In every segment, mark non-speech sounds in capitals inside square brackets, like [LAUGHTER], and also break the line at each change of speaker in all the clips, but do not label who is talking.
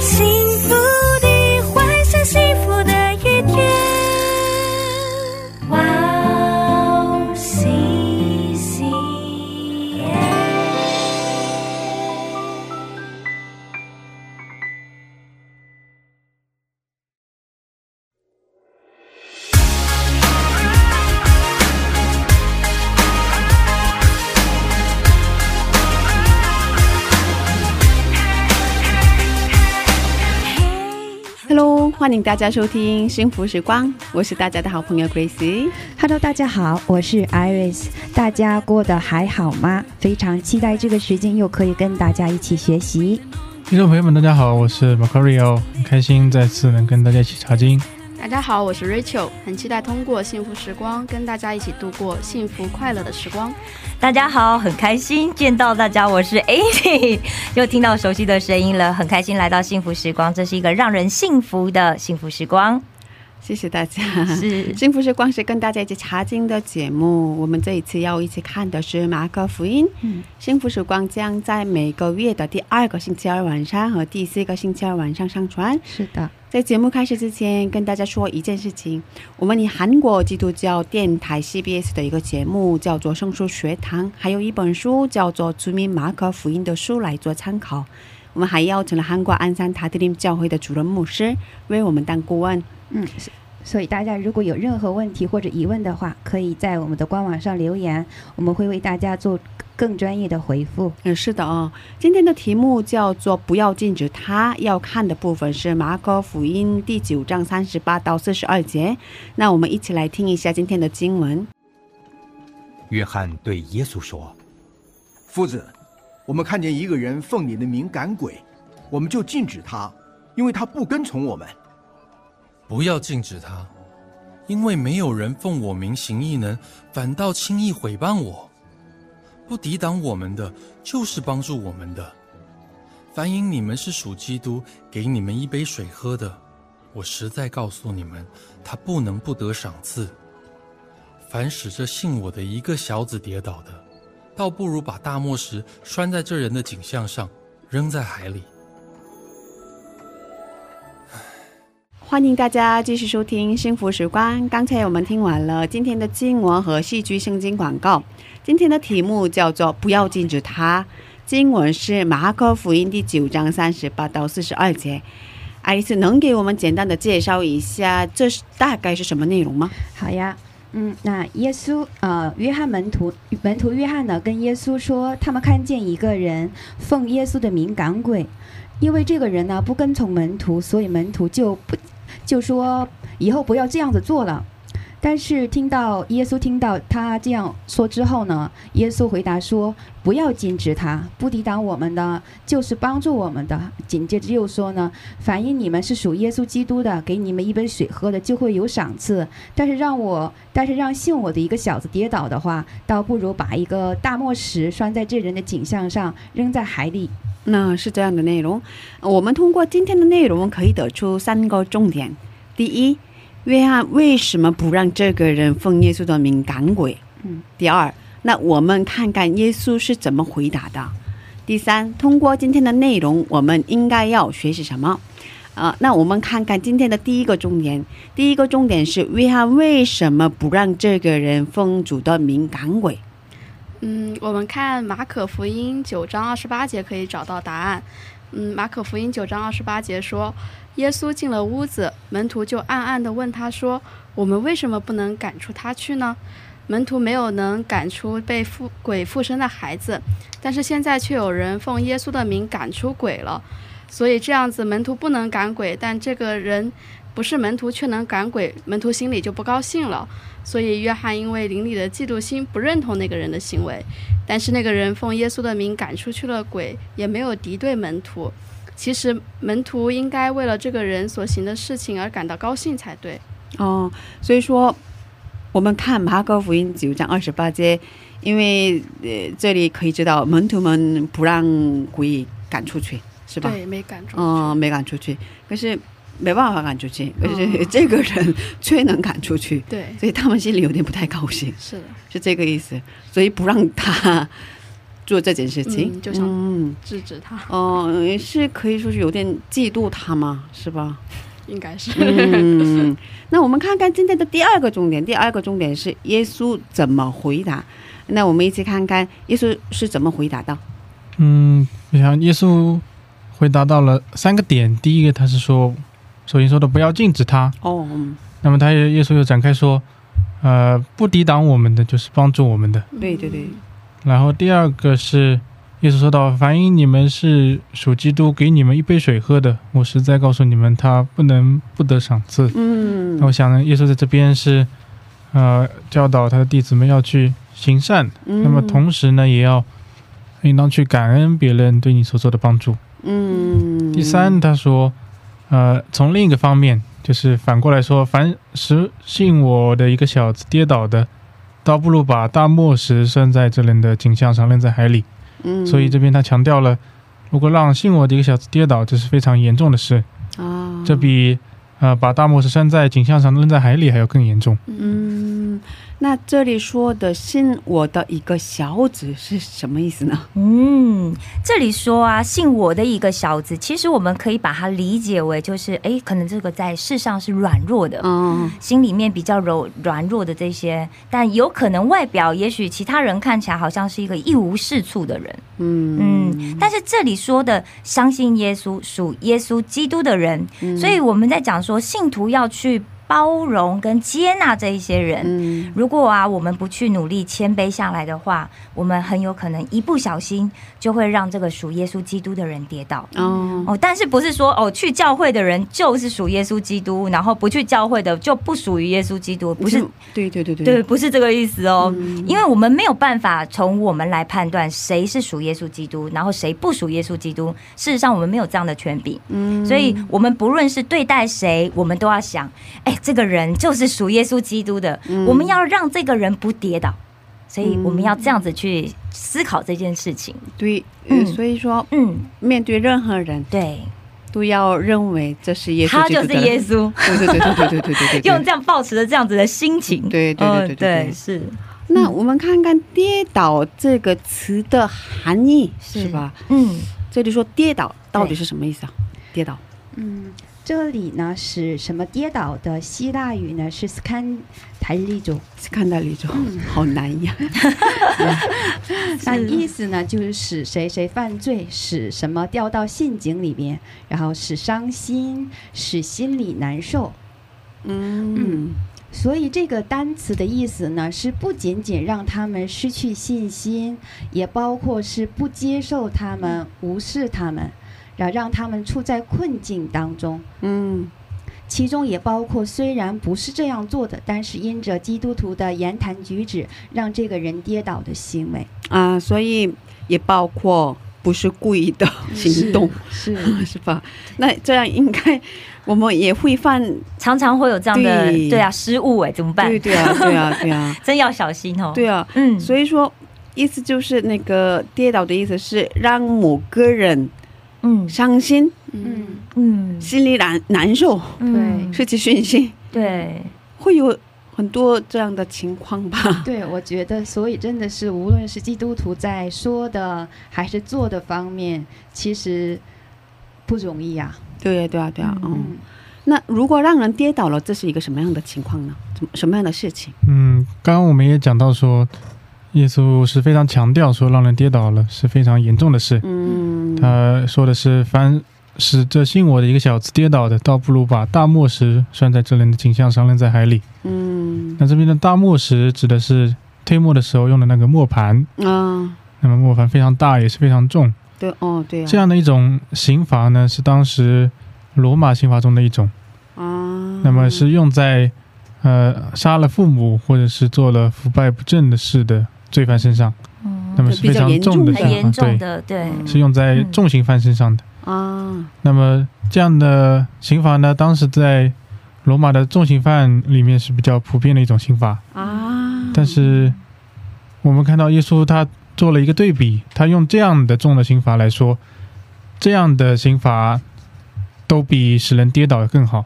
幸福的幻想，幸福的一天。哇哦，西西耶！
Hello，欢迎大家收听《幸福时光》，我是大家的好朋友 Gracie。
Hello，大家好，我是 Iris，大家过得还好吗？非常期待这个时间又可以跟大家一起学习。
听众朋友们，大家好，我是 Macario，很开心再次能跟大家一起查经。
大家好，我是 Rachel，很期待通过幸福时光跟大家一起度过幸福快乐的时光。
大家好，很开心见到大家，我是 Amy，又 [LAUGHS] 听到熟悉的声音了，很开心来到幸福时光，这是一个让人幸福的幸福时光，
谢谢大家。
是
幸福时光是跟大家一起查经的节目，我们这一次要一起看的是马可福音。
嗯
幸福时光将在每个月的第二个星期二晚上和第四个星期二晚上上传。
是的，
在节目开始之前，跟大家说一件事情：我们以韩国基督教电台 CBS 的一个节目叫做《圣书学堂》，还有一本书叫做《出名马可福音》的书来做参考。我们还邀请了韩国鞍山塔特林教会的主任牧师为我们当顾问。
嗯，所所以大家如果有任何问题或者疑问的话，可以在我们的官网上留言，我们会为大家做更专业的回复。
嗯，是的哦。今天的题目叫做“不要禁止他”，要看的部分是马可福音第九章三十八到四十二节。那我们一起来听一下今天的经文。
约翰对耶稣说
夫子，我们看见一个人奉你的名赶鬼，我们就禁止他，因为他不跟从我们。：“
不要禁止他，因为没有人奉我名行异能，反倒轻易毁谤我。不抵挡我们的，就是帮助我们的。凡因你们是属基督，给你们一杯水喝的，我实在告诉你们，他不能不得赏赐。凡使这信我的一个小子跌倒的，倒不如把大磨石拴在这人的颈项上，扔在海里。”
欢迎大家继续收听《幸福时光》。刚才我们听完了今天的经文和戏剧圣经广告。今天的题目叫做“不要禁止他”，经文是马可福音第九章三十八到四十二节。爱丽丝，能给我们简单的介绍一下这是大概是什么内容吗？
好呀，嗯，那耶稣呃，约翰门徒门徒约翰呢，跟耶稣说，他们看见一个人奉耶稣的名赶鬼，因为这个人呢不跟从门徒，所以门徒就不就说以后不要这样子做了。但是听到耶稣听到他这样说之后呢，耶稣回答说：“不要禁止他，不抵挡我们的，就是帮助我们的。”紧接着又说呢：“反映你们是属耶稣基督的，给你们一杯水喝的，就会有赏赐。但是让我，但是让信我的一个小子跌倒的话，倒不如把一个大磨石拴在这人的颈项上，扔在海里。
那是这样的内容。我们通过今天的内容可以得出三个重点：第一，约翰为什么不让这个人奉耶稣的名赶鬼？
嗯，
第二，那我们看看耶稣是怎么回答的。第三，通过今天的内容，我们应该要学习什么？啊、那我们看看今天的第一个重点。第一个重点是约翰为什么不让这个人奉主的名赶鬼？
嗯，我们看马可福音九章二十八节可以找到答案。嗯，马可福音九章二十八节说，耶稣进了屋子，门徒就暗暗地问他说：“我们为什么不能赶出他去呢？”门徒没有能赶出被附鬼附身的孩子，但是现在却有人奉耶稣的名赶出鬼了。所以这样子，门徒不能赶鬼，但这个人不是门徒却能赶鬼，门徒心里就不高兴了。所以约翰因为邻里的嫉妒心不认同那个人的行为，但是那个人奉耶稣的名赶出去了鬼，也没有敌对门徒。其实门徒应该为了这个人所行的事情而感到高兴才对。
哦，所以说我们看马可福音九章二十八节，因为呃这里可以知道门徒们不让鬼赶出去，是吧？
对，没赶住。
嗯，没赶出去，可是没办法赶出去，可
哦
是 [LAUGHS] 这个人却能赶出去，
对，
所以他们心里有点不太高兴，
是的，
是这个意思，所以不让他做这件事情，
嗯就想
嗯
制止他
哦、是可以说是有点嫉妒他嘛，是吧？
应该是。
嗯，那我们看看今天的第二个重点，第二个重点是耶稣怎么回答。那我们一起看看耶稣是怎么回答的。
嗯，我想耶稣回答到了三个点。第一个，他是说，首先说的不要禁止他。
哦，嗯
那么他也耶稣又展开说，呃，不抵挡我们的就是帮助我们的。
对对对，
然后第二个是耶稣说到，凡因你们是属基督，给你们一杯水喝的，我实在告诉你们，他不能不得赏赐。那
嗯
我想呢，耶稣在这边是，呃，教导他的弟子们要去行善，
嗯
那么同时呢，也要应当去感恩别人对你所做的帮助。
嗯
第三，他说，呃，从另一个方面，就是反过来说，凡是信我的一个小子跌倒的，倒不如把大磨石拴在这人的颈项上，扔在海里。
嗯
所以这边他强调了，如果让信我的一个小子跌倒，这是非常严重的事，
啊，
这比呃把大磨石拴在颈项上，扔在海里还要更严重。
嗯，那这里说的信我的一个小子是什么意思呢？
嗯，这里说啊，信我的一个小子，其实我们可以把它理解为，就是诶，可能这个在世上是软弱的，
嗯
心里面比较柔软弱的这些，但有可能外表，也许其他人看起来好像是一个一无是处的人，
嗯
嗯，但是这里说的相信耶稣、属耶稣基督的人，所以我们在讲说，信徒要去包容跟接纳这一些人，
嗯
如果啊，我们不去努力谦卑下来的话，我们很有可能一不小心就会让这个属耶稣基督的人跌倒。
哦
哦，但是不是说哦，去教会的人就是属耶稣基督，然后不去教会的就不属于耶稣基督？不是，
对对对对
对，不是这个意思哦。
嗯
因为我们没有办法从我们来判断谁是属耶稣基督，然后谁不属耶稣基督。事实上，我们没有这样的权柄。
嗯
所以我们不论是对待谁，我们都要想，哎，这个人就是属耶稣基督的，
嗯
我们要让这个人不跌倒，所以我们要这样子去思考这件事情。
对，呃
嗯
所以说
嗯，
面对任何人
对，
都要认为这是耶稣，
他就是耶，稣，
对对对对对对对对对
用
对。
这样抱持着这样子的心情，
对对对对对
嗯
对
对，是
那我们看看“跌倒”这个词的含义
是
是吧？
嗯
这里说“跌倒”到底是什么意思啊？跌倒，
嗯，这里呢是什么跌倒的希腊语呢？是 scan 台历中，
看到里头好难呀。
那意思呢就是使谁谁犯罪，使什么掉到陷阱里面，然后使伤心，使心里难受。
嗯
所以这个单词的意思呢，是不仅仅让他们失去信心，也包括是不接受他们、无视他们，然后让他们处在困境当中。
嗯
其中也包括虽然不是这样做的，但是因着基督徒的言谈举止，让这个人跌倒的行为。
啊，所以也包括不是故意的行动，
是
是吧？那这样应该我们也会犯，
常常会有这样的
对
对啊失误哎，怎么办
对？对啊，对啊，
[LAUGHS]
对啊，
真要小心哦。
对啊。
嗯，
所以说，意思就是那个跌倒的意思是让某个人
嗯
伤心、
嗯，
嗯
心里难难受，
嗯
失去信心，
对
会有很多这样的情况吧？ [LAUGHS]
对，我觉得，所以真的是，无论是基督徒在说的还是做的方面，其实不容易啊。
对呀、对啊，对啊，嗯
嗯。
那如果让人跌倒了，这是一个什么样的情况呢？怎么什么样的事情？
嗯，刚刚我们也讲到说，耶稣是非常强调说，让人跌倒了是非常严重的事。
嗯，
他说的是，凡使这信我的一个小子跌倒的，倒不如把大磨石拴在这人的颈项上，扔在海里。
嗯
那这边的大磨石指的是推磨的时候用的那个磨盘，
啊，
那么磨盘非常大，也是非常重。
对哦，对
这
啊，
样的一种刑罚呢，是当时罗马刑罚中的一种，
啊，
那么是用在呃杀了父母或者是做了腐败不正的事的罪犯身上。
嗯
那么是非常重的
比较
刑
很严
罚，
重
对，
的，对，
是用在重刑犯身上的。
啊，
那么这样的刑罚呢，当时在罗马的重刑犯里面是比较普遍的一种刑罚，
啊，
但是我们看到耶稣他做了一个对比，他用这样的重的刑罚来说，这样的刑罚都比使人跌倒更好。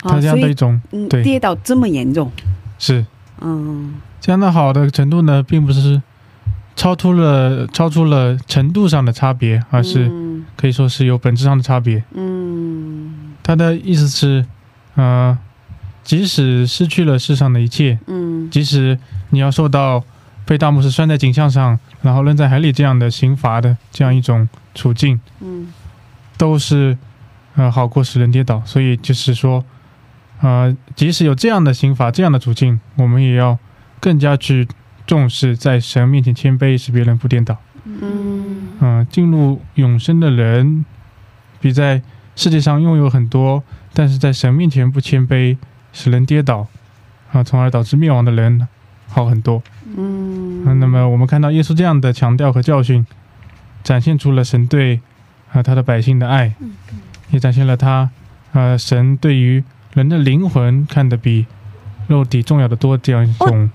他
啊
这样
所
的一
以
种、
嗯
对
跌倒这么严重，
是
嗯
这样的好的程度呢，并不是超出了超出了程度上的差别，而是
嗯
可以说是有本质上的差别。
嗯
他的意思是，呃，即使失去了世上的一切，
嗯
即使你要受到被大牧师拴在颈项上，然后扔在海里这样的刑罚的这样一种处境，
嗯
都是呃好过使人跌倒。所以就是说，呃，即使有这样的刑罚、这样的处境，我们也要更加去重视在神面前谦卑，使别人不颠倒。
嗯
嗯、进入永生的人，比在世界上拥有很多，但是在神面前不谦卑，使人跌倒，啊、从而导致灭亡的人好很多。
嗯
嗯，那么我们看到耶稣这样的强调和教训，展现出了神对啊他的百姓的爱，
嗯
也展现了他呃神对于人的灵魂看得比肉体重要的多这样一
哦
种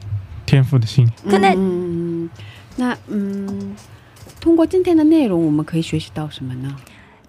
天赋的心。
可能
嗯那嗯，通过今天的内容，我们可以学习到什么呢？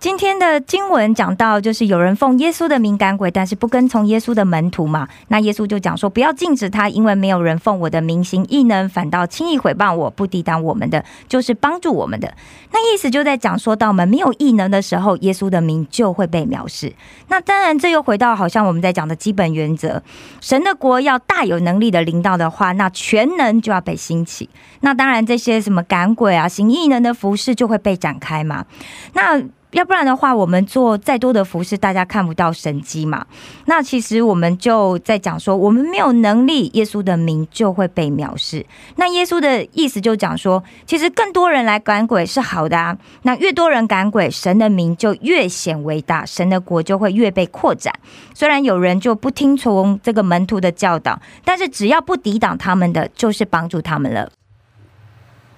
今天的经文讲到，就是有人奉耶稣的名赶鬼，但是不跟从耶稣的门徒嘛。那耶稣就讲说，不要禁止他，因为没有人奉我的名行异能，反倒轻易毁谤我，不抵挡我们的，就是帮助我们的。那意思就在讲说到我们没有异能的时候，耶稣的名就会被藐视。那当然，这又回到好像我们在讲的基本原则：神的国要大有能力的领导的话，那全能就要被兴起。那当然，这些什么赶鬼啊、行异能的服饰就会被展开嘛。那要不然的话，我们做再多的服饰，大家看不到神机嘛。那其实我们就在讲说，我们没有能力，耶稣的名就会被藐视。那耶稣的意思就讲说，其实更多人来赶鬼是好的啊。那越多人赶鬼，神的名就越显为大，神的国就会越被扩展。虽然有人就不听从这个门徒的教导，但是只要不抵挡他们的，就是帮助他们了。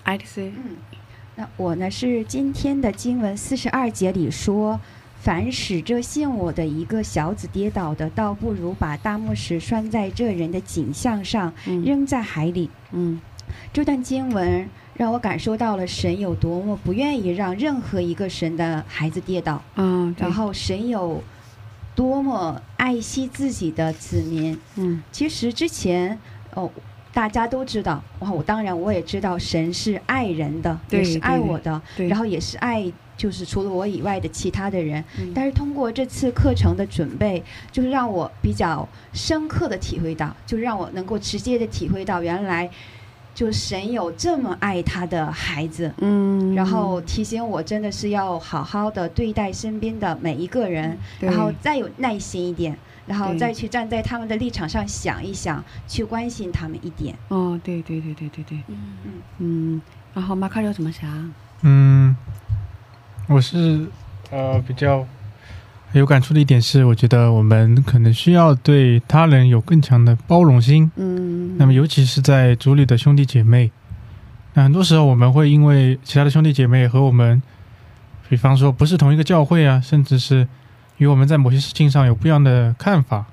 爱丽丝，
那我呢是今天的经文四十二节里说，凡使这信我的一个小子跌倒的，倒不如把大木石拴在这人的颈项上，
嗯
扔在海里。
嗯
这段经文让我感受到了神有多么不愿意让任何一个神的孩子跌倒，
啊，对
然后神有多么爱惜自己的子民。
嗯
其实之前哦，大家都知道，哇，我当然我也知道神是爱人的，
对
也是爱我的，
对，
然
后
后也是爱就是除了我以外的其他的人。
嗯
但是通过这次课程的准备，就是让我比较深刻的体会到，就是让我能够直接的体会到，原来就神有这么爱他的孩子。
嗯，
然后提醒我，真的是要好好的对待身边的每一个人，
嗯对
然后再有耐心一点，然后
对
再去站在他们的立场上想一想，去关心他们一点。
哦，对对对对对对，
嗯
嗯，然后马卡六怎么想？
嗯，我是呃比较有感触的一点是，我觉得我们可能需要对他人有更强的包容心。
嗯，
那么，尤其是在组里的兄弟姐妹，那很多时候我们会因为其他的兄弟姐妹和我们，比方说不是同一个教会啊，甚至是与我们在某些事情上有不一样的看法，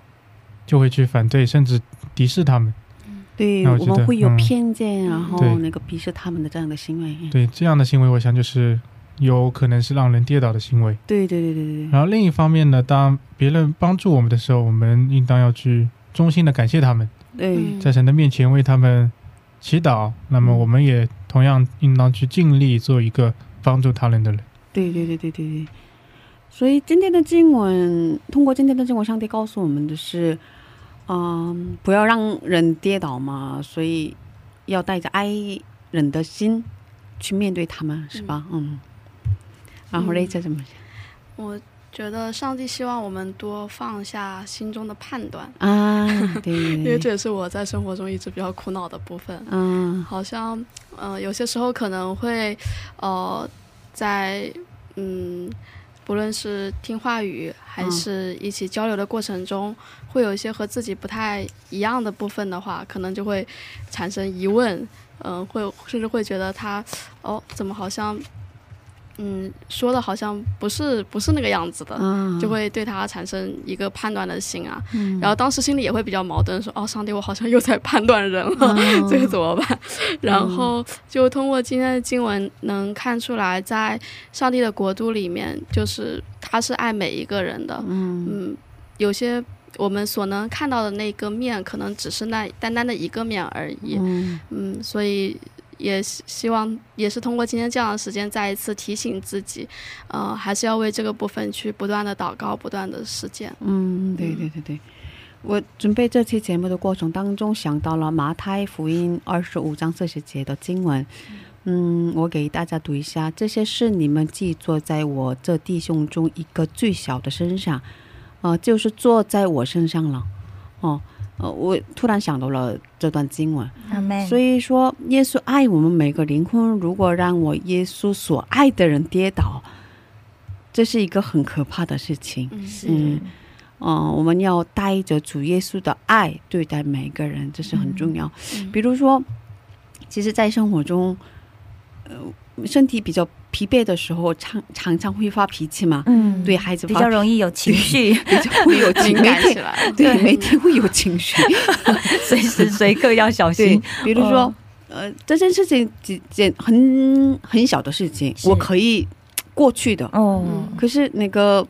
就会去反对甚至敌视他们。
对
那我
我
觉
们
得
会有
嗯
偏见，然
嗯
后
对
那个鄙视他们的这样的行为。
对这样的行为，我想就是有可能是让人跌倒的行为。
对对对对对对，
然后另一方面呢，当别人帮助我们的时候，我们应当要去衷心的感谢他们，
嗯
对，
在神的面前为他们祈祷。那么我们也同样应当去尽力做一个帮助他人的人。
嗯
对对对对对对。所以今天的经文，通过今天的经文，上帝告诉我们的是，嗯、不要让人跌倒嘛，所以要带着爱人的心去面对他们，是吧？嗯。然后
嗯
r a 怎么想
我觉得上帝希望我们多放下心中的判断，
啊？
[LAUGHS] 因为
对对
这
对，
也是我在生活中一直比较苦恼的部分。
嗯
好像，呃，有些时候可能会，呃，在嗯，不论是听话语还
嗯
是一起交流的过程中，会有一些和自己不太一样的部分的话，可能就会呃产生疑问，嗯、会甚至会觉得他，哦，怎么好像嗯说的好像不是不是那个样子的，
嗯，
就会对他产生一个判断的心啊。
嗯，
然后当时心里也会比较矛盾，说哦，上帝，我好像又在判断人了， [LAUGHS]
嗯
这个怎么办？然后就通过今天的经文能看出来，在上帝的国度里面，就是他是爱每一个人的。
嗯
嗯，有些我们所能看到的那个面，可能只是那单单的一个面而已。
嗯
嗯，所以也希希望也是通过今天这样的时间，再一次提醒自己，呃，还是要为这个部分去不断的祷告，不断的实践。
嗯，对对对对，我准备这期节目的过程当中，想到了马太福音二十五章四十节的经文。嗯，我给大家读一下，这些事你们既做在我这弟兄中一个最小的身上，呃，就是做在我身上了。哦，呃，我突然想到了这段经文，
阿门。
所以说，耶稣爱我们每个灵魂。如果让我耶稣所爱的人跌倒，这是一个很可怕的事情。
嗯，
是
嗯嗯，我们要带着主耶稣的爱对待每个人，这是很重要。
嗯
比如说，其实，在生活中，呃，身体比较疲惫的时候，常常常会发脾气嘛，
嗯，
对，孩子
比
发
较容易有情绪，
[LAUGHS] 比较会有
[LAUGHS]
情
敏感
绪
起，来，
对，每天会有情绪。
随时随刻要小
对
心。，
比如说，
嗯
呃，这件事情几件很很小的事情，
是
我可以过去的，
哦，
嗯
可是那个。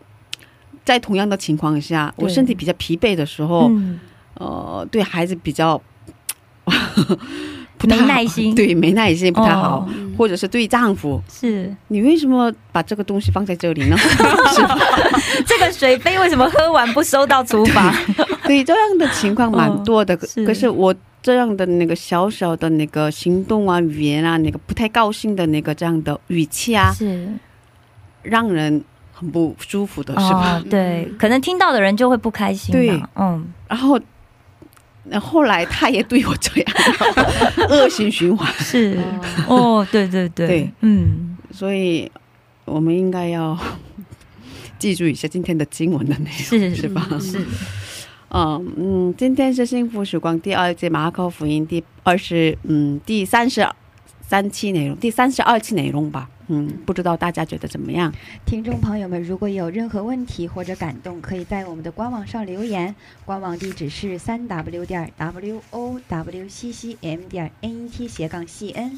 在同样的情况下，我
对
身体比较疲惫的时候，
嗯，
呃，对孩子比较不
没
太好
耐心
对，没耐心不太好，
哦
嗯
或者是对丈夫，
是
你为什么把这个东西放在这里呢？ [LAUGHS] 是吧
这个水杯为什么喝完不收到厨房？
对，这样的情况蛮多的。
嗯
可
是
可是我这样的那个小小的那个行动啊、语言啊、那个不太高兴的那个这样的语气啊，
是
让人很不舒服的，是吧？嗯
哦，对，可能听到的人就会不开心嘛。嗯，
然后。那后来他也对我这样，恶性循环。
是
哦
哦，对对对，
对
嗯，
所以我们应该要记住一下今天的经文的内容，
[LAUGHS] 是
是吧？
是，
嗯嗯，今天是幸福时光第二季马可福音第二十嗯第三十三期内容，第三十二期内容吧。嗯，不知道大家觉得怎么样？
听众朋友们，如果有任何问题或者感动，可以在我们的官网上留言，官网地址是三 w 点 w o w c c m 点 n e t 斜杠 c n。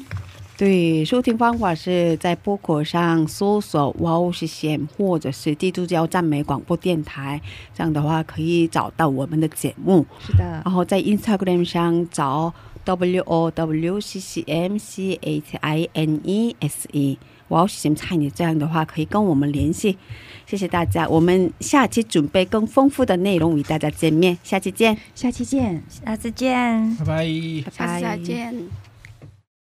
对，收听方法是在播客上搜索 “wow 是线”或者是“基督教赞美广播电台”，这样的话可以找到我们的节目。
是的，
然后在 Instagram 上找 W O W C C M C H I N E S E，我要写菜你这样的话可以跟我们联系。谢谢大家，我们下期准备更丰富的内容与大家见面，下期见，
下期见。
下次见。
拜拜。
拜
下
拜。
次再见。